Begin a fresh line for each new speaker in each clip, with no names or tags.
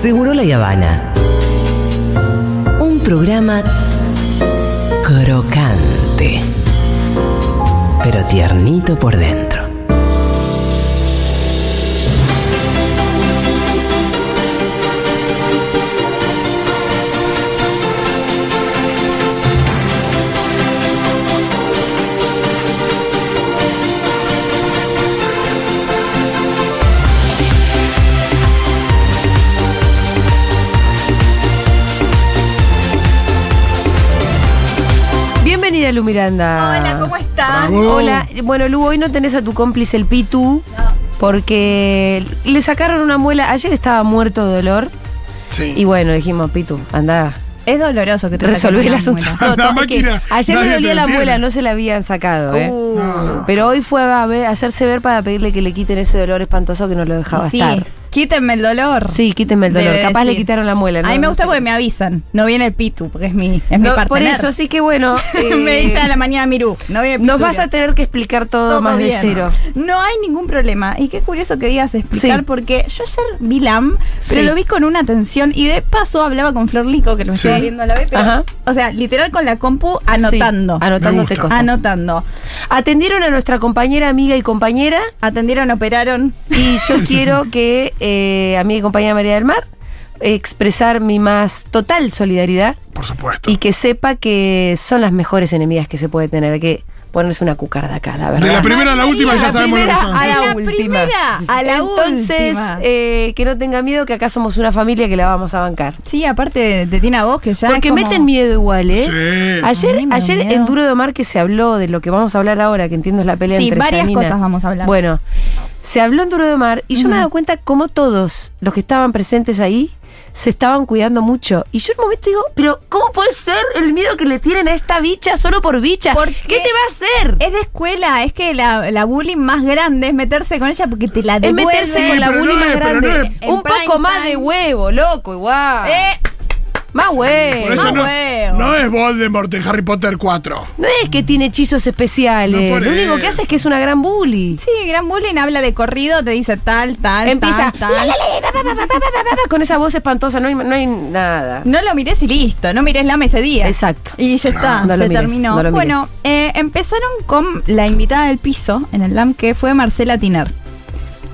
Seguro la Habana. Un programa crocante, pero tiernito por dentro.
Bienvenida, Lu Miranda.
Hola, ¿cómo están?
Hola, bueno, Lu, hoy no tenés a tu cómplice el Pitu, porque le sacaron una muela. Ayer estaba muerto de dolor,
Sí.
y bueno, dijimos, Pitu, andá,
Es doloroso que te
resolvé
saquen
el
una
asunto. No,
muela.
La
to- es que
máquina,
ayer me
nadie
dolía
te
la
detiene.
muela, no se la habían sacado, ¿eh?
Uh,
Pero hoy fue a, ver- a hacerse ver para pedirle que le quiten ese dolor espantoso que no lo dejaba
sí,
estar.
quítenme el dolor.
Sí, quítenme el dolor.
Debe
Capaz le
decir.
quitaron la muela. ¿no?
A mí me
No
gusta
sé.
porque me avisan. No viene el pitu, porque es mi, es mi
No, por
partener.
eso, así que bueno. eh,
me dice a la mañana Mirú. No viene
nos
Pitu,
vas a tener que explicar todo,
todo
más de
bien.
cero.
No hay ningún problema. Y qué curioso que digas explicar,
Sí.
porque yo ayer vi LAM, pero
Sí.
lo vi con una atención y de paso hablaba con Flor Lico, que lo
Sí.
estaba viendo a la vez, pero,
Ajá.
o sea, literal con la compu anotando.
Sí, anotándote
Me gusta.
cosas.
anotando.
Atendieron a nuestra compañera, amiga y compañera.
Atendieron, operaron.
Y yo
Sí, sí,
quiero que eh, amiga y compañera María del Mar expresar mi más total solidaridad
Por supuesto.
y que sepa que son las mejores enemigas que se puede tener. Hay que ponerse una cucarda acá, la verdad.
De la primera a la
María,
última ya
la
sabemos lo que
primera
son.
a la,
De la
última.
primera a la
Entonces,
última.
eh, que no tenga miedo que acá somos una familia que la vamos a bancar.
Sí, aparte de Tina Vos, que ya.
Porque
es como-
meten miedo igual, ¿eh?
Sí.
A
Ayer,
mí me da
ayer
miedo.
en Duro de Omar que se habló de lo que vamos a hablar ahora, que entiendo es la pelea
Sí,
entre
varias
Yanina.
cosas vamos a hablar.
Bueno, se habló en Duro de Omar y yo me he dado cuenta como todos los que estaban presentes ahí se estaban cuidando mucho. Y yo en un momento digo, pero ¿cómo puede ser el miedo que le tienen a esta bicha solo por bicha?
¿Por
qué?
qué?
te va a hacer?
Es de escuela, es que la, la bullying más grande es meterse con ella porque te la
Es
Eh, devuelve.
meterse con la
pero
bully
no
más
es, pero
grande.
no es.
En
Un poco
prime
más
time.
de huevo, loco, igual.
Eh,
más huevo.
Por eso
no
no,
huevo.
no es Voldemort en Harry Potter 4.
No es que tiene hechizos especiales.
No por
lo único que
eso.
hace es que es una gran bully.
sí, gran bullying habla de corrido, te dice tal, tal,
Empieza.
tal, tal.
"La, la, la, la, pa, pa, pa, pa, pa, pa", Con esa voz espantosa, no hay, no hay nada.
No lo mires y listo, no mires la ese día.
Exacto.
Y ya está,
No lo
se
mires,
terminó.
no lo
bueno,
mires.
eh, empezaron con la invitada del piso en el LAM, que fue Marcela Tiner.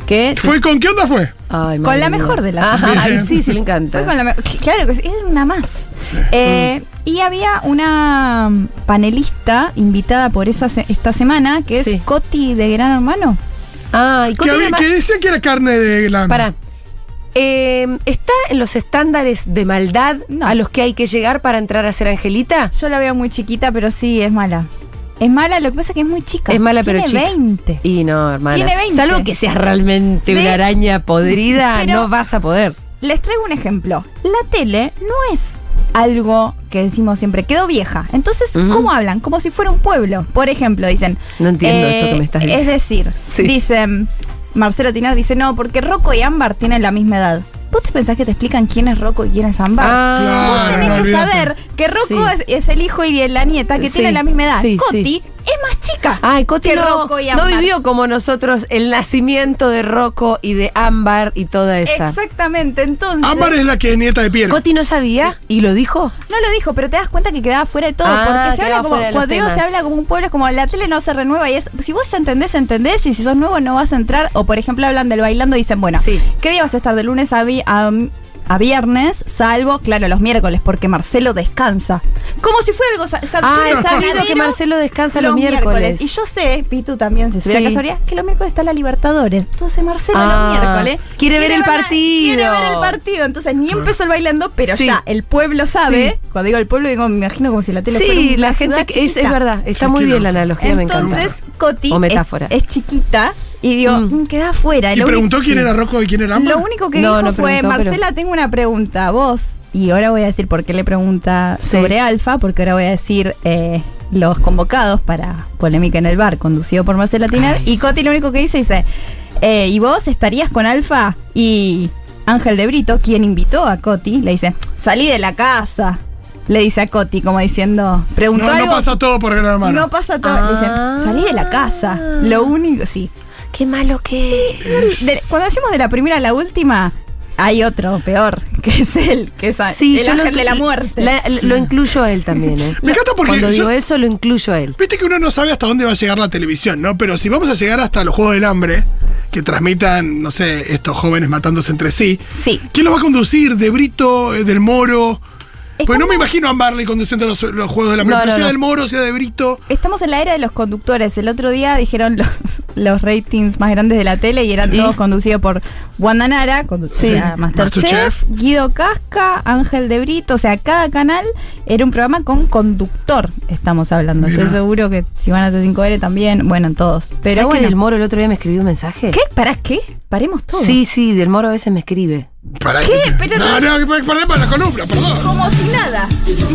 Que
¿Fue con qué onda fue?
Ay,
Con
madre
la
mía.
mejor de las
Ajá,
familias.
Ay, sí, sí, le encanta.
Fue con la me- claro que sí, es una más.
Sí.
Eh, Y había una mm, panelista invitada por esa se- esta semana, que
Sí.
es Coti de Gran Hermano.
Ay,
Que,
Coti
había-
Lamar-
que decía que era carne de la.
Pará. Eh, ¿Está en los estándares de maldad
No.
a los que hay que llegar para entrar a ser Angelita?
Yo la veo muy chiquita, pero sí, es mala. Es mala, lo que pasa es que es muy chica.
Es mala, pero
Tiene
chica.
20.
Y no, hermana.
Tiene 20.
Salvo que seas realmente
De-
una araña podrida,
Pero-
no vas a poder.
Les traigo un ejemplo. La tele no es algo que decimos siempre, quedó vieja. Entonces,
Ujú.
¿cómo hablan? Como si fuera un pueblo. Por ejemplo, dicen... Eh,
No entiendo esto que me estás diciendo.
Es decir,
Sí.
dicen... Marcelo Tinar dice, no, porque Rocco y Ámbar tienen la misma edad. ¿Vos te pensás que te explican quién es Rocco y quién es Ámbar?
Ah,
Vos
Claro,
tenés
no,
que
olvídate.
saber que Rocco
Sí.
es, es el hijo y la nieta que
Sí,
tienen la misma edad.
sí,
Coti
sí.
es más chica.
Ay, Coti
que
no,
Rocco y
no
Ámbar.
vivió como nosotros el nacimiento de Rocco y de Ámbar y toda esa.
Exactamente, entonces.
Ámbar es la que es nieta de Piero.
Coti no sabía y lo dijo.
No lo dijo, pero te das cuenta que quedaba fuera de todo.
Ah,
porque se
quedaba
habla como,
fuera de los
cuando digo, se
temas.
habla como un pueblo, es como la tele no se renueva y es. Si vos ya entendés, entendés, y si sos nuevo no vas a entrar. O por ejemplo, hablan del bailando y dicen, bueno,
Sí.
¿qué día vas a estar de lunes a, vi- a- a viernes? Salvo, claro, los miércoles, porque Marcelo descansa. Como si fuera algo. sa- sa-
Ah,
un
he sabido que
ganadero
Marcelo descansa los miércoles.
Y yo sé, Pitu también, si estuviera
Sí.
casualidad, que los miércoles está la Libertadores. Entonces Marcelo
Ah,
los miércoles.
quiere ver el
verla-
partido.
Quiere ver el partido. Entonces ni empezó el bailando, pero
Sí.
ya el pueblo sabe. Cuando digo el pueblo, digo, me imagino como si la tele fuera
Sí,
una
la gente
ciudad
que- es, es
chiquita.
verdad, está muy
Chiquito.
bien la analogía, me
Entonces,
encanta.
Coti
O
es-
metáfora.
Es, chiquita y digo,
Mm.
"Mm, queda afuera.
Y
Lo
preguntó
único-
quién era Rocco y quién era Ámbar.
Lo único que
No,
dijo
no
fue,
preguntó, pero-
Marcela, tengo una pregunta a vos. Y ahora voy a decir por qué le pregunta
Sí.
sobre Alfa, porque ahora voy a decir eh, los convocados para Polémica en el Bar, conducido por Marcela Tiner.
Ay,
y
sí.
Coti lo único que dice, dice, eh, ¿y vos estarías con Alfa? Y Ángel de Brito, quien invitó a Coti, le dice, salí de la casa. Le dice a Coti, como diciendo, preguntó
No, no
algo.
pasa todo por gran hermano.
No pasa todo.
Ah.
Dice, salí de la casa. Lo único, sí.
Qué malo que es.
De- cuando decimos de la primera a la última, hay otro peor, que es él, que es a-
Sí,
el
yo lo
ángel de la
inclu-
muerte.
la- Lo incluyo a él también, ¿eh?
Me encanta porque
Cuando
yo-
digo eso, lo incluyo a él.
Viste que uno no sabe hasta dónde va a llegar la televisión, ¿no? Pero si vamos a llegar hasta los Juegos del Hambre, que transmitan, no sé, estos jóvenes matándose entre sí,
Sí.
¿quién los va a conducir? ¿De Brito? eh, ¿Del Moro? Pues no
Estamos-
me imagino a Marley conduciendo los, los Juegos del Hambre.
No,
pero
no,
sea
no.
del Moro, sea de Brito.
Estamos en la era de los conductores. El otro día dijeron los, los ratings más grandes de la tele y eran
Sí.
todos conducidos por Wanda Nara, conducida
Sí.
Masterchef,
Masterchef.
Guido Casca, Ángel de Brito. O sea, cada canal era un programa con conductor, estamos hablando.
Mira.
Estoy seguro que si van a C5N también, bueno, en todos. Pero
¿Sabes que
bueno.
Del Moro el otro día me escribió un mensaje?
¿Qué? ¿Para qué? Paremos todos.
Sí, sí, Del Moro a veces me escribe.
Pará,
¿Qué?
que te-
Pero
no, no, que- para, para la columna, perdón.
Como si nada.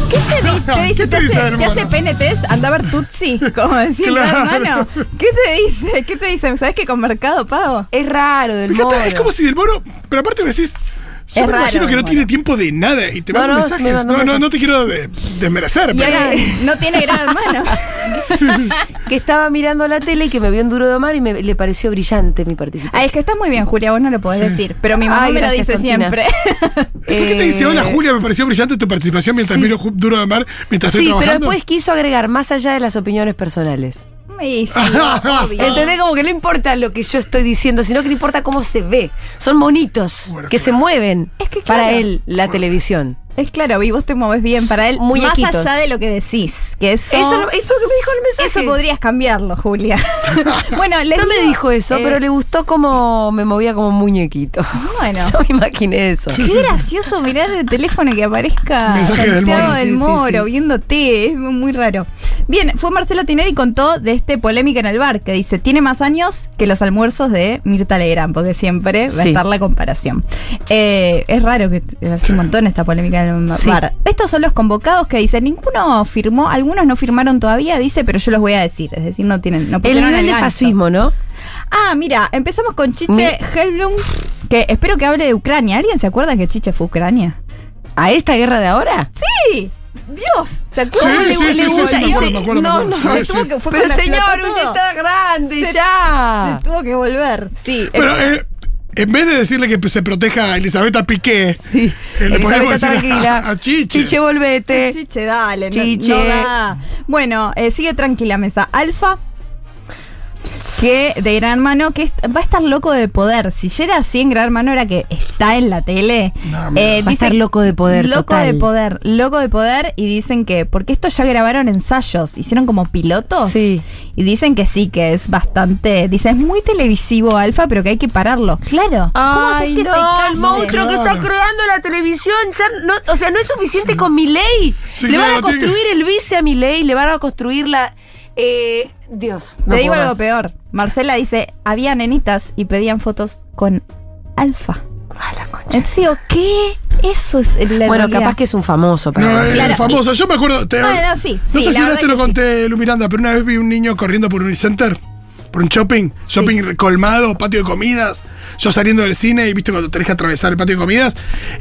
¿Qué te dice? Te dice,
¿Qué te
te hace-
dice,
te
hermano?
hace PNTs, anda a ver Tutsi, como decía mi
Claro.
hermano. ¿Qué te dice? ¿Qué te dice? ¿Sabes que con Mercado Pago?
Es raro, Del
Me encanta,
Moro.
es como si del Moro. Pero aparte me decís. Yo
Es
me
raro,
imagino que no
Del
tiene
Moro.
tiempo de nada y te
No,
mando
no, sí
mensajes.
me mandó
no, no,
mensajes.
no te quiero de- desmerecer,
Y
pero.
ahora no tiene gran hermano.
Que estaba mirando la tele y que me vio en Duro de Omar y me, le pareció brillante mi participación.
Ay, Ah, es que estás muy bien, Julia, vos no lo podés
Sí.
decir, pero mi mamá
Ay,
me
gracias,
lo dice
Tontina.
siempre.
¿Por qué te dice,
Eh,
hola Julia, me pareció brillante tu participación mientras
sí.
miro Ju- Duro de Mar, mientras
Sí,
estoy
pero
trabajando?
después quiso agregar más allá de las opiniones personales.
Y sí, obvio.
¿Entendés? Como que no importa lo que yo estoy diciendo, sino que no importa cómo se ve. Son monitos
Bueno,
que se
claro.
mueven
Es que
para
claro.
él la televisión.
Es claro, y vos te moves bien para él,
Muy
más
equitos.
allá de lo que decís, que eso...
Eso, lo- eso que me dijo el mensaje.
eso podrías cambiarlo, Julia. bueno, les
no me
digo,
dijo eso,
eh,
pero le gustó como me movía como un muñequito.
Bueno.
Yo me imaginé eso.
Sí.
Qué gracioso mirar el teléfono que aparezca
Mensaje del
Santiago
Moro.
del
Sí, sí, sí,
Moro,
sí.
viéndote, es muy raro. Bien, fue Marcelo Tineri y contó de este polémica en el bar, que dice, tiene más años que los almuerzos de Mirta Legrand, porque siempre va a
Sí.
estar la comparación. Eh, es raro que hace un montón esta polémica en el
Sí.
bar. Estos son los convocados que dicen, ninguno firmó, algunos no firmaron todavía, dice, pero yo los voy a decir, es decir, no tienen, no
El
pusieron
nivel de
gancho.
fascismo, ¿no?
Ah, mira, empezamos con Chiche
Mi-
Helblum, que espero que hable de Ucrania. ¿Alguien se acuerda que Chiche fue Ucrania?
¿A esta guerra de ahora?
¡Sí! ¡Dios! ¿Se
Sí,
acuerdan?
sí, sí, sí,
gusta
sí, me
y
acuerdo,
se-
me acuerdo, me
no,
acuerdo.
no,
Sí,
se
sí.
tuvo que- fue
Pero
cuando
señor,
explotó
usted
todo.
está grande,
Se-
ya.
Se tuvo que volver, Ah. sí.
Pero eh, en vez de decirle que se proteja a Elizabeth Piqué,
Sí.
eh, le
Elizabeth,
podemos decir a-
tranquila.
a, Chiche.
Chiche, volvete.
Chiche, dale, no-
Chiche.
no da. Bueno, eh, sigue tranquila, mesa. Alfa, que de Gran Hermano, que est- va a estar loco de poder. Si ya era así en Gran Hermano, era que está en la tele. Eh,
No, mira.
Va a estar loco de poder,
Loco
total.
de poder, loco de poder. Y dicen que, porque esto ya grabaron ensayos, hicieron como pilotos.
Sí.
Y dicen que sí, que es bastante. Dice, es muy televisivo, Alfa, pero que hay que pararlo. Claro. ¿Cómo haces
Ay,
que se
no,
calle?
el monstruo que está
Claro.
creando la televisión. Ya no, o sea, no es suficiente con mi ley.
Sí,
le van
claro,
a
tiene que-
construir el vice a mi ley, le van a construir la. eh, Dios. no
Te digo
puedo
algo
más.
peor. Marcela dice, había nenitas y pedían fotos con Alfa.
A la concha.
Entonces digo, ¿qué? Eso es la
Bueno, capaz que es un famoso. Para
No, eh,
Claro.
el famoso. Yo me acuerdo. te-
Bueno, sí, sí,
No sé
la
si una
verdad
vez te
que
lo
sí.
conté, Lu Miranda, pero una vez vi un niño corriendo por un Unicenter, por un shopping, shopping colmado, patio de comidas. Yo saliendo del cine y viste cuando tenés que atravesar el patio de comidas.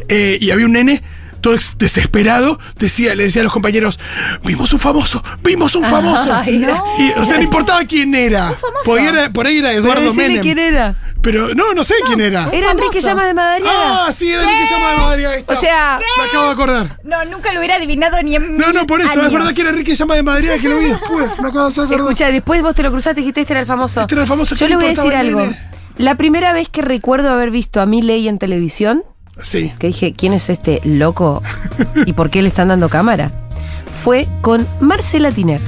eh, y había un nene. Todo ex- desesperado, decía, le decía a los compañeros, vimos un famoso, vimos un famoso.
Ay, no.
Y, o sea, no importaba quién era. Por ahí era, por ahí era
Pero
Eduardo
decile
Menem.
quién era.
Pero no, no sé quién era.
Era
famoso.
Enrique Llamas de Madariaga.
Ah, sí, era el que llama de Madrid. ahí está.
O sea-
me acabo de acordar.
No, nunca lo hubiera adivinado ni en
No,
mil
no, por eso.
años.
Es verdad que era Enrique Llama de Madrid, que lo vi después. Me acabo de acordar.
Escucha, después vos te lo cruzaste y dijiste este era el famoso.
Este era el famoso,
Yo
¿qué
le voy a
importaba
decir
el
algo.
nene?
La primera vez que recuerdo haber visto a Milei en televisión,
Sí.
que dije, ¿quién es este loco? ¿Y por qué le están dando cámara? Fue con Marcela Tiner.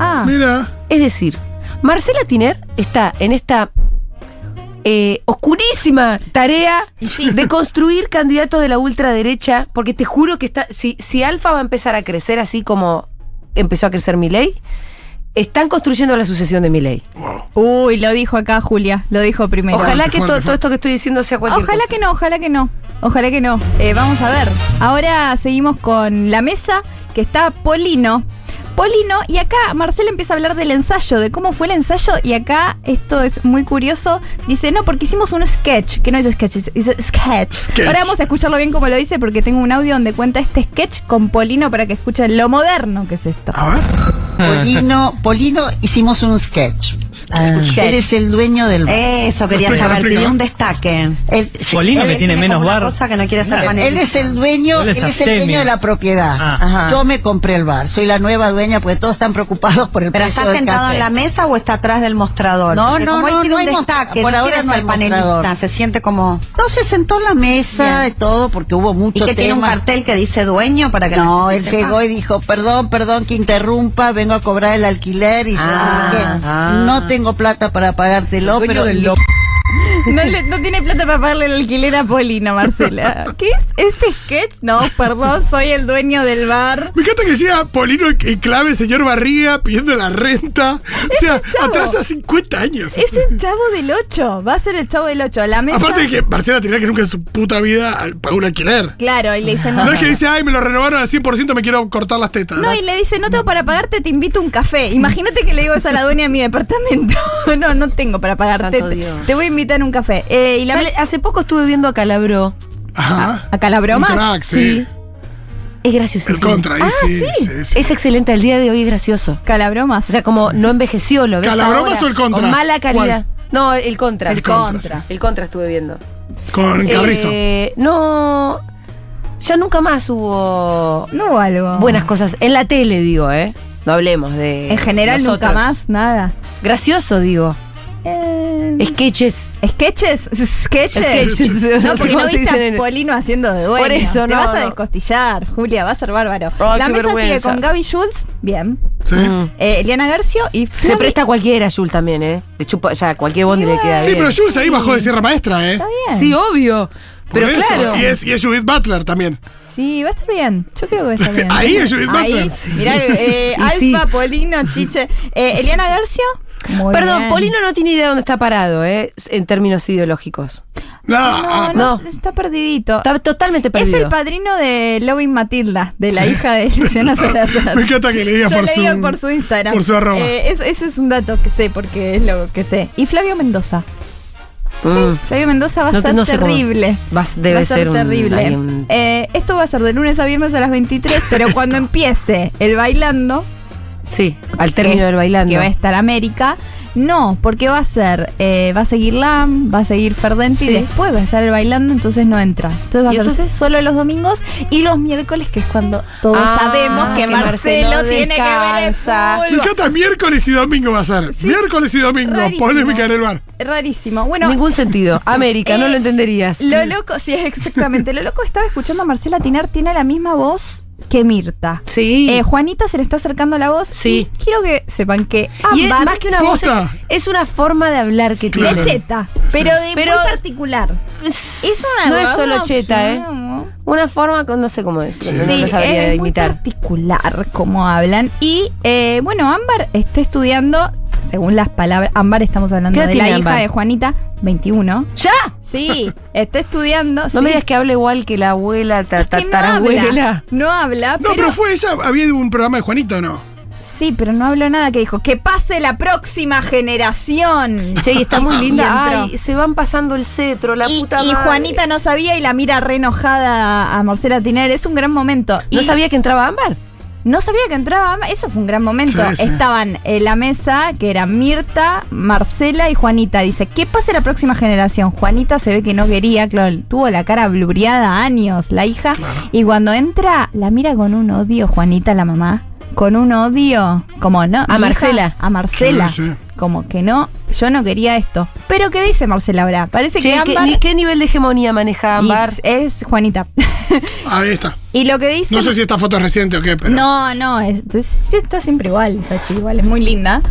Ah,
Mira.
Es decir, Marcela Tiner está en esta eh, oscurísima tarea de construir candidatos de la ultraderecha, porque te juro que está, si, si Alfa va a empezar a crecer así como empezó a crecer Milei, están construyendo la sucesión de Milei.
Wow.
uy, lo dijo acá Julia, lo dijo primero.
Ojalá
fuerte,
que to-
fuerte,
todo
fuerte.
esto que estoy diciendo sea cualquier
Ah, Ojalá
cosa.
que no, ojalá que no. Ojalá que no. Eh, vamos a ver. Ahora seguimos con la mesa que está Polino. Polino, y acá Marcela empieza a hablar del ensayo, de cómo fue el ensayo, y acá esto es muy curioso. Dice, no, porque hicimos un sketch, que no es sketch, es- dice sketch.
Sketch.
Ahora vamos a escucharlo bien como lo dice,
Ah.
porque tengo un audio donde cuenta este sketch con Polino para que escuchen lo moderno que es esto.
A ver.
Polino, Polino hicimos un sketch.
Ah.
Él es el dueño del bar.
Eso quería
Explica,
saber,
explica.
pidió un destaque.
Él,
Polino que tiene menos
como una
bar.
cosa que no quiere hacer
Claro.
panel.
él es el dueño,
Él
él
es
es el
abstemio.
dueño de la propiedad.
Ah.
Ajá.
Yo me compré el bar, soy la nueva dueña porque todos están preocupados por el
¿Pero
precio
está
del
sentado
café.
en la mesa o está atrás del mostrador?
No,
Porque
no,
como él
no,
tiene
no
un
hay mos-
destaque,
por
no
ahora
quiere
no hay
ser panelista,
mostrador.
se siente como...
No, se sentó en la mesa
Bien.
y todo porque hubo
Y
mucho
que tiene un
tema.
cartel que dice dueño para que la
No, él
gente sepa.
llegó y dijo, perdón, perdón que interrumpa, vengo a cobrar el alquiler y yo
Ah.
dije, no tengo plata para pagártelo, pero
No, le- no tiene plata para pagarle el alquiler a Polino, Marcela. ¿Qué es este sketch? No, perdón, soy el dueño del bar.
Me encanta que sea Polino y clave, señor Barriga, pidiendo la renta. O sea,
un chavo.
atrasa 50 años.
Es el chavo del 8. Va a ser el chavo del 8. La mesa.
Aparte de que Marcela tenía que nunca en su puta vida al- pagó un alquiler.
Claro, y le dicen.
No es que dice, ay, me lo renovaron al 100%, me quiero cortar las tetas.
No, y le dice, no tengo para pagarte, te invito a un café. Imagínate que le digo eso a la dueña de mi departamento. No, no tengo para pagarte.
Santo
te-
Dios.
Te voy a invitar a un café. Eh, y la
Ya
mesa-
le- hace poco estuve viendo a Calabró.
Ajá.
Acá la
Un
broma.
crack, sí.
Es
El
graciosísimo.
contra, ahí
Ah,
sí, sí, sí.
Es excelente, el día de hoy es gracioso.
Calabromas.
O sea, como no envejeció, lo ves
¿Calabromas
ahora,
o el contra?
Con mala calidad. No, el contra.
El contra, sí.
El contra estuve viendo.
Con Cabrizo.
Eh, no. Ya nunca más hubo
no hubo algo.
buenas cosas. En la tele, digo, ¿eh? No hablemos de.
En general,
nosotros.
nunca más, nada.
Gracioso, digo.
Eh,
Sketches.
sketches. Sketches.
Sketches.
No,
No sé
porque
cómo
no
se
viste
dicen en
a Polino haciendo de dueño.
Por eso,
Te
no,
vas a
no.
descostillar, Julia, va a ser bárbaro.
Ah,
la
qué
mesa sigue
vergüenza.
con Gaby Schultz, bien.
Sí.
Mm.
Eh, Eliana Garcio y
Se
Flor-
presta a cualquiera, Jul, también, ¿eh? Le chupa, ya, cualquier bondi le queda
Sí,
bien.
pero Jules ahí bajó de Sierra Maestra, ¿eh?
Bien.
Sí, obvio.
Por
Pero
eso.
claro.
Y es, y es Judith Butler también.
Sí, va a estar bien. Yo creo que va a estar bien.
Ahí es Judith
Ahí,
Butler.
mirá, eh,
Y
Alfa,
sí.
Polino, Chiche. Eh, Eliana Garcio. Muy
Perdón,
bien.
Polino no tiene idea de dónde está parado, ¿eh? En términos ideológicos.
No,
No,
ah,
no,
No.
está perdidito.
Está totalmente perdido.
Es el padrino de Loving Matilda, de la hija de Luciana Salazar.
Ah, Me encanta que le
Yo
digas por,
le
su,
digo por su Instagram.
Por su arroba.
Eh, es- ese es un dato que sé, porque es lo que sé. Y Flavio Mendoza.
Mm.
Flavio Mendoza va a
No te-
ser
no sé cómo.
terrible.
Vas- debe
va a ser,
ser un-
terrible.
hay un-
Eh, esto va a ser de lunes a viernes a las 23, pero cuando empiece el bailando,
Sí, al término
que-
del bailando.
que va a estar América, no, porque va a ser, eh, va a seguir Lam, va a seguir Ferdenti
Sí.
y después va a estar el bailando, entonces no entra. Entonces va a
¿Y
ser
entonces?
solo los domingos y los miércoles, que es cuando todos
Ah,
sabemos que
que
Marcelo,
Marcelo
tiene que ver el
descansa.
Me
fútbol.
encanta miércoles y domingo va a ser. Miércoles y domingo.
Rarísimo.
Polémica en el bar.
Rarísimo. Bueno,
Ningún sentido. América, no
Eh,
lo entenderías.
Lo loco, sí, exactamente. Lo loco estaba escuchando a Marcela Tinar, tiene la misma voz que Mirta.
Sí.
Eh, Juanita se le está acercando la voz.
Sí.
y quiero que sepan que
y es
ambas-
más que una voz, es,
Posta.
es una forma de hablar que
Claro.
tiene.
de cheta, pero de
Pero-
muy particular. Es una
no es
voz-
solo cheta, ¿eh?
sí,
Una forma, con- no sé cómo decirlo, no,
Sí,
no sabría
es muy
imitar.
particular como hablan. Y eh, bueno, Ámbar está estudiando, según las palabras, Ámbar estamos hablando
¿Qué
de
edad
la
tiene
hija
Ámbar?
de Juanita, 21.
¡Ya!
Sí, está estudiando.
No
sí.
me digas que hable igual que la abuela, ta-
Es que no
tatarabuela.
habla, no habla,
No, pero,
pero
fue esa. Había un programa de Juanito, ¿o ¿no?
Sí, pero no habló nada que dijo, que pase la próxima generación.
Che, y está muy
Y
linda.
entró.
Ay, se van pasando el cetro, la
y,
puta
y
madre.
Juanita no sabía y la mira re enojada a Marcela Tiner. Es un gran momento.
¿No
Y
sabía que entraba Ámbar?
no sabía que entraba. Ama- Eso fue un gran momento.
Sí, sí.
Estaban en la mesa, que era Mirta, Marcela y Juanita. Dice, ¿qué pase la próxima generación? Juanita se ve que no quería, claro, tuvo la cara blureada años, la hija. Y cuando entra, la mira con un odio, Juanita, la mamá. Con un odio, como no. mi hija-
Marcela.
A Marcela.
Sí, sí.
Como que no, yo no quería esto. Pero ¿qué dice Marcela ahora? Parece
Che,
que
¿qué,
Ámbar-
ni- qué nivel de hegemonía maneja Ámbar?
y es Juanita.
Ah, Ahí está.
y lo que dice.
No sé si esta foto es reciente o qué, pero.
No, no, es- sí está siempre igual, esa chica igual, es muy linda.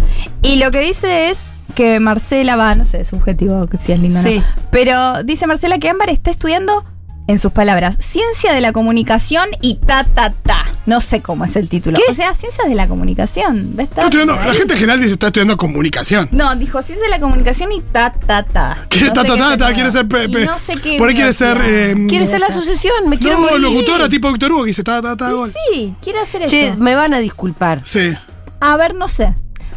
Y lo que dice es que Marcela va, no sé, subjetivo que si es lindo o no.
Sí.
Pero dice Marcela que Ámbar está estudiando, en sus palabras, ciencia de la comunicación y ta ta ta. No sé cómo es el título.
¿Qué?
O sea, ciencias de la comunicación. ¿Ves?
Está estudiando, la
eh.
gente en general dice está estudiando comunicación.
No, dijo ciencia de la comunicación y ta ta ta.
Que
No
ta,
sé
ta,
qué
ta,
es
ta,
eso.
quiere ser
Y
Pepe.
no sé qué
Por ahí quiere ser.
universidad.
eh,
Quiere ser la sucesión, me quiero
No,
morir.
locutora tipo Víctor Hugo que dice ta, ta, ta, gol.
Sí, quiere hacer
Che,
eso.
me van a disculpar.
Sí.
A ver, no sé.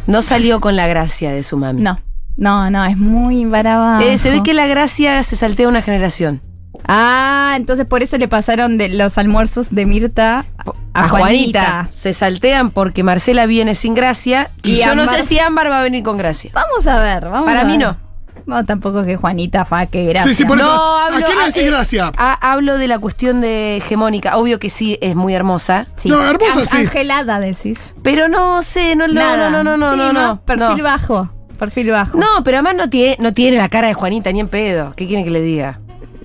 No salió con la gracia de su mami.
No, no, no, es muy brava. Eh,
Eh, se ve que la gracia se saltea una generación.
Ah, entonces por eso le pasaron de los almuerzos de Mirta a, Juanita.
Se saltean porque Marcela viene sin gracia y,
Y
yo no sé
Ámbar-
si Ámbar va a venir con gracia.
Vamos a ver, vamos
Para
a
mí
ver.
no.
No, tampoco es que Juanita fa, que
Sí,
gracias.
sí, por
No,
eso.
hablo-
¿A quién le
ah,
decís
eh,
gracia?
Ha- hablo de la cuestión de hegemónica. Obvio que sí, es muy hermosa.
Sí.
No, hermosa, sí.
Angelada, decís.
Pero no sé, no, no,
Nada.
no, no, no,
Sí,
no,
más
no.
Perfil
no.
bajo. Perfil bajo.
No, pero además no tiene, no tiene la cara de Juanita ni en pedo. ¿Qué quieren que le diga?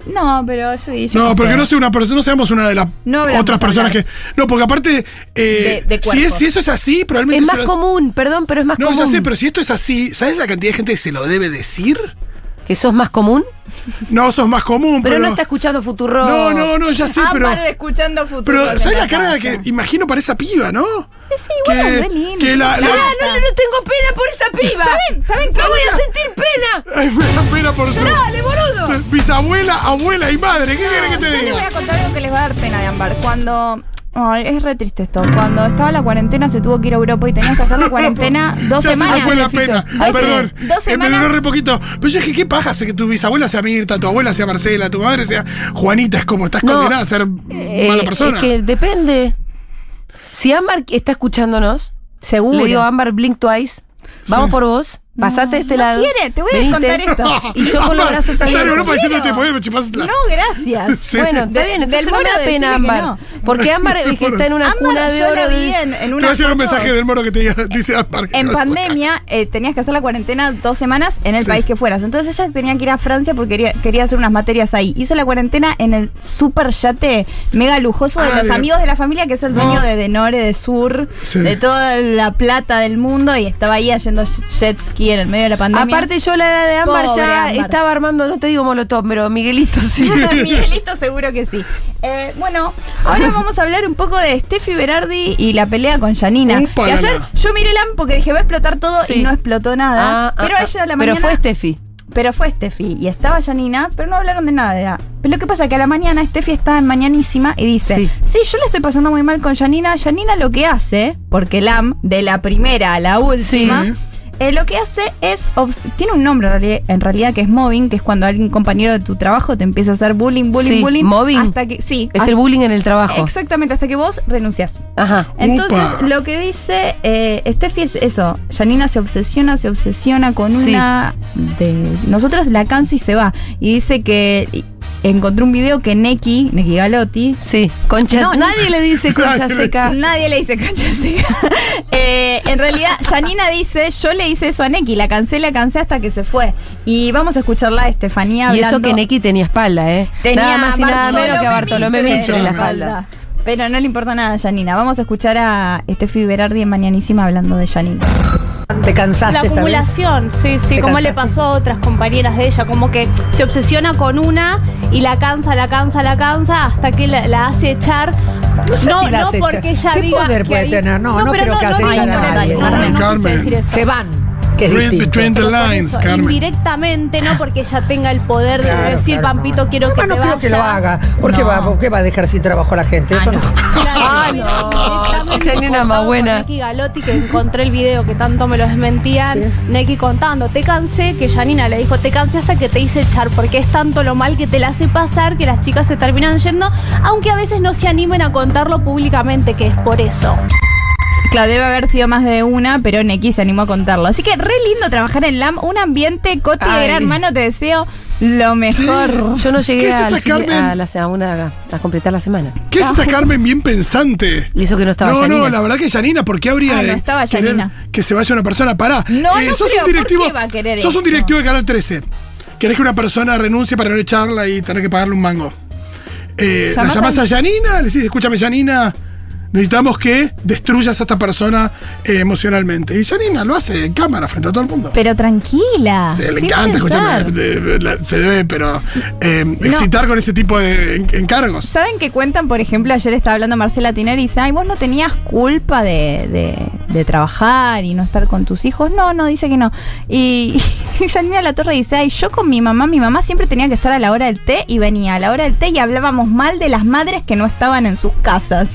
No, pero yo dije.
No, porque no soy una persona, no seamos una de las
No hablamos
otras personas
hablar.
que. No, porque aparte, eh,
De- de
si, es-
cuerpo.
si eso es así, probablemente.
es
se
más
lo-
común, perdón, pero es más
No,
común.
ya sé, pero si esto es así, ¿sabes la cantidad de gente que se lo debe decir?
¿Que sos más común?
No, sos más común,
Pero
pero.
no está escuchando Futuro.
no, no, no, ya sé,
ah,
pero.
para escuchando futuro.
Pero,
tenés
¿sabes la carga
razón.
que imagino para esa piba, no?
Sí, bueno, re lindo.
que la- la-
Ah, no, no, no tengo pena por esa piba.
¿Saben? ¿Saben qué?
¡No voy a
Bueno,
sentir pena!
Ay, me da pena por su.
¡Dale, boludo!
Bisabuela, abuela y madre, ¿qué quieres que
yo
te
les voy
diga?
a contar algo que les va a dar pena de Ambar. Cuando. Ay, es re triste esto. Cuando estaba la cuarentena se tuvo que ir a Europa y tenías que hacer la cuarentena dos
ya se
semanas.
me fue la pena.
Ahí se-
Perdón.
Dos
Eh, me duró
semanas.
re poquito. Pero yo dije, qué paja hace que tu bisabuela sea Mirta, tu abuela sea Marcela, tu madre sea Juanita. Es como, estás
No,
condenada a ser
Eh,
mala persona.
Es que depende. Si Ámbar está escuchándonos,
Seguro.
le digo Ámbar Blink Twice, vamos por vos, pasate de este
no
lado.
quiere, te voy a
veniste,
descontar esto.
Y yo con los brazos
Está en Europa
abiertos.
diciendo te podés, me chipás la.
No, gracias.
Sí.
Bueno, está
De-
bien,
del
entonces no me
Moro
da pena
decirle que
Ámbar.
no.
Porque Ámbar es que está en una
Ámbar,
cuna de
yo la
oro.
vi
dice-
en, en
Te
una
voy a hacer un
foto.
mensaje del moro que te diga- dice Ampar.
En pandemia eh, tenías que hacer la cuarentena dos semanas en el
Sí.
país que fueras. Entonces ella tenía que ir a Francia porque quería, quería hacer unas materias ahí. Hizo la cuarentena en el super yate mega lujoso de
Ah,
los
Dios.
amigos de la familia, que es el dueño de, de Nore, de Sur,
Sí.
de toda la plata del mundo. Y estaba ahí haciendo jet ski en el medio de la pandemia.
Aparte, yo la edad de Ámbar
Pobre
ya
Ámbar.
estaba armando, no te digo molotov, pero Miguelito sí.
Miguelito seguro que sí. Eh, bueno, ahora vamos a hablar un poco de Steffi Berardi y la pelea con Janina.
Upa,
Que ayer
Lala.
yo miré el AM porque dije va a explotar todo
Sí.
y no explotó nada.
Ah, ah,
pero
ah.
ella a la
Pero
mañana.
fue Steffi.
Pero fue Steffi y estaba Janina, pero no hablaron de nada de edad. Pero lo que pasa es que a la mañana Steffi está en mañanísima y dice,
Sí.
sí, yo le estoy pasando muy mal con Janina. Janina lo que hace, porque Lam, de la primera a la última,
Sí.
eh, lo que hace es, obs- tiene un nombre en reali- en realidad que es mobbing, que es cuando alguien compañero de tu trabajo te empieza a hacer bullying, bullying,
Sí,
bullying.
mobbing.
Hasta que, sí,
Es
hasta-
el bullying en el trabajo.
Exactamente, hasta que vos renunciás.
Ajá.
Entonces,
Upa.
lo que dice eh, Steffi es eso. Janina se obsesiona, se obsesiona con
Sí.
una de nosotros, la cansa y se va. Y dice que y- encontró un video que Neki, Neki Galotti,
Sí, conchas.
No,
nadie le dice concha
Nadie le
seca.
Nadie le dice cancha seca. Eh, en realidad, Janina dice, yo le hice eso a Neki, la cansé, la cansé hasta que se fue. Y vamos a escucharla a Estefanía
Y eso
hablando-
que Neki tenía espalda, ¿eh?
Tenía
nada más y nada menos que a Bartolomé Mitre en la espalda.
Pero no le importa nada a Janina. Vamos a escuchar a Steffi Berardi en Mañanísima hablando de Janina.
Te cansaste
La
esta vez.
acumulación, sí, sí,
Te
como le
cansaste.
pasó a otras compañeras de ella, como que se obsesiona con una y la cansa, la cansa, la cansa hasta que la, la hace echar. No,
sé si la hace
porque
echar.
ella
¿Qué
diga
poder
que
puede
ahí-
tener? No, no
pero
creo que hace
no,
echar a
no,
nadie.
no, no, no, no
Carmen.
quise decir eso.
Se van. Que es
Read
distinto.
between
Este
the
Pero por
lines,
eso,
Carmen.
Indirectamente, no porque ella tenga el poder de
Claro, claro,
decir,
no,
Pampito,
no.
quiero que
Mamá,
te
no creo que lo
vayas".
haga. Porque
No.
va, ¿por qué va a dejar sin trabajo a la gente? Eso no.
Ah,
no. Esa ni una más buena.
Neki Galotti, que encontré el video que tanto me lo desmentían.
Sí.
Neki contando, te cansé, que Janina le dijo, te cansé hasta que te hice echar, porque es tanto lo mal que te la hace pasar que las chicas se terminan yendo, aunque a veces no se animen a contarlo públicamente, que es por eso.
Claro, debe haber sido más de una, pero Neki se animó a contarlo. Así que re lindo trabajar en LAM, un ambiente coti de
Ay.
gran mano, te deseo lo mejor.
Yo no
¿Qué
llegué
es
al
esta,
fin- a,
Carmen?
la, a una, a completar la semana.
¿Qué es esta Carmen bien pensante?
Y eso que no estaba
No,
Yanina.
no, la verdad que Yanina, ¿por qué habría
Ah, no
de
estaba
querer
Yanina.
que se vaya una persona? Pará. eh,
No, no
sos
creo,
un directivo.
¿por qué va a querer
sos un
eso?
directivo de Canal 13. ¿Querés que una persona renuncie para no echarla y tener que pagarle un mango? Eh, la
Llamás
llamás
a-
a Yanina, le decís, escúchame, Yanina, necesitamos que destruyas a esta persona eh, emocionalmente. Y Yanina lo hace en cámara frente a todo el mundo.
Pero tranquila.
se le
sin
encanta,
pensar.
escúchame, de- de- la- se debe, pero eh, excitar con ese tipo de en- encargos.
¿Saben que cuentan, por ejemplo, ayer estaba hablando Marcela Tiner y dice, ay, vos no tenías culpa de, de- de trabajar y no estar con tus hijos? No, no, dice que no. Y Janina La Torre dice, ay, yo con mi mamá, mi mamá siempre tenía que estar a la hora del té y venía a la hora del té y hablábamos mal de las madres que no estaban en sus casas.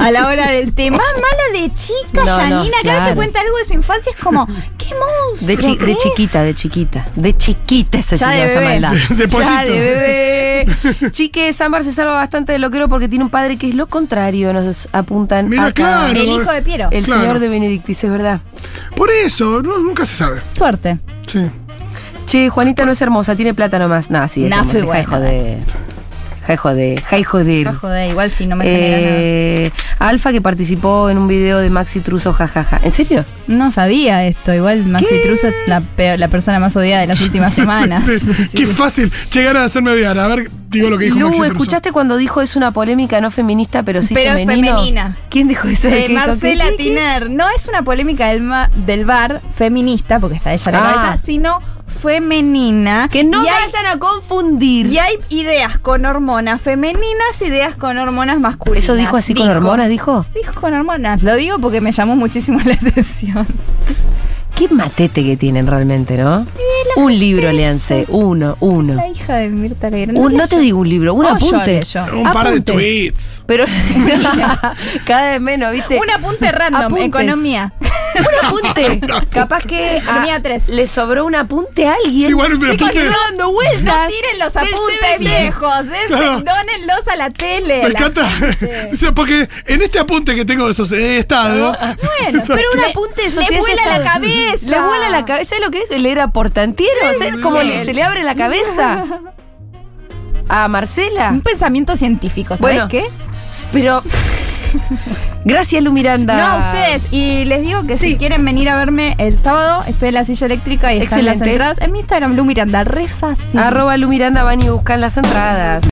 A la hora del té, más mala de chica,
No, no,
Janina, cada vez
claro.
que cuenta algo de su infancia es como, qué monstruo.
De, chi- de
¿qué?
chiquita, de chiquita. De chiquita esa,
Ya
esa
de bebé.
maldad.
Deposito.
Ya de bebé. dice, chique, Sambar se salva bastante de loquero porque tiene un padre que es lo contrario, nos apuntan.
Mira,
acá.
claro.
Ah, El hijo de Piero.
El
Claro.
señor de Benedictis, es verdad.
Por eso, no- nunca se sabe.
Suerte.
Sí.
Che, Juanita no es hermosa, tiene plata nomás. Nah, sí, es
Nah,
hermosa.
fue
Deja de
buena.
joder. Deja de joder. Deja de joder.
No joder, igual si no me genera
Eh, Alfa que participó en un video de Maxi Truso, jajaja. ¿En serio?
nada. No sabía esto. Igual Maxi Truso es la, peor- la persona más odiada de las últimas
Sí, sí,
semanas.
sí.
Sí,
Qué fácil llegar a hacerme odiar. A ver, digo lo que dijo Maxi
Lu,
Truso.
¿escuchaste cuando dijo es una polémica no feminista, pero sí
Pero es
femenino"?
femenina.
¿Quién dijo eso?
Eh,
¿Qué dijo?
Marcela
¿Qué, qué, qué?
Tiner. No es una polémica del, ma- del bar feminista, porque está ella en la
Ah.
cabeza, sino femenina.
Que no
y hay,
vayan a confundir.
y hay ideas con hormonas femeninas, ideas con hormonas masculinas.
¿Eso dijo así con hormonas, dijo?
Dijo con hormonas. Lo digo porque me llamó muchísimo la atención.
Qué matete que tienen realmente, ¿no? Un libro, léanse. Uno, uno.
La hija de Mirta Legrand.
Un- no te digo un libro, un
Oh,
apunte.
yo leo yo.
Un par de
Apunte.
tweets.
Pero cada vez menos, ¿viste?
Un apunte random,
Apuntes.
economía.
Un apunte. Capaz que a-
Tenía tres.
le sobró un apunte a alguien.
Sí, bueno, pero
Se quedó
apunte-
dando vueltas.
Tiren los
del
apuntes
CBC.
viejos, desendónenlos a la tele.
Me
La-
encanta. O sea, porque en este apunte que tengo de sociedad de Estado.
Bueno,
Pero un
Le-
apunte de
le
sociedad
vuela la
estado.
cabeza.
Le vuela la cabeza. ¿Sabes lo que es? Leer a portantiero. Hacer como le-
bien.
se le abre la cabeza. A Marcela.
Un pensamiento científico, ¿sabes
Bueno.
qué?
Pero. Gracias, Lu Miranda.
No, a ustedes. Y les digo que si quieren venir a verme el sábado, estoy en la silla eléctrica y están las
Excelente.
entradas en mi Instagram, Lu Miranda. Re fácil.
Arroba Lu Miranda van y buscan las entradas.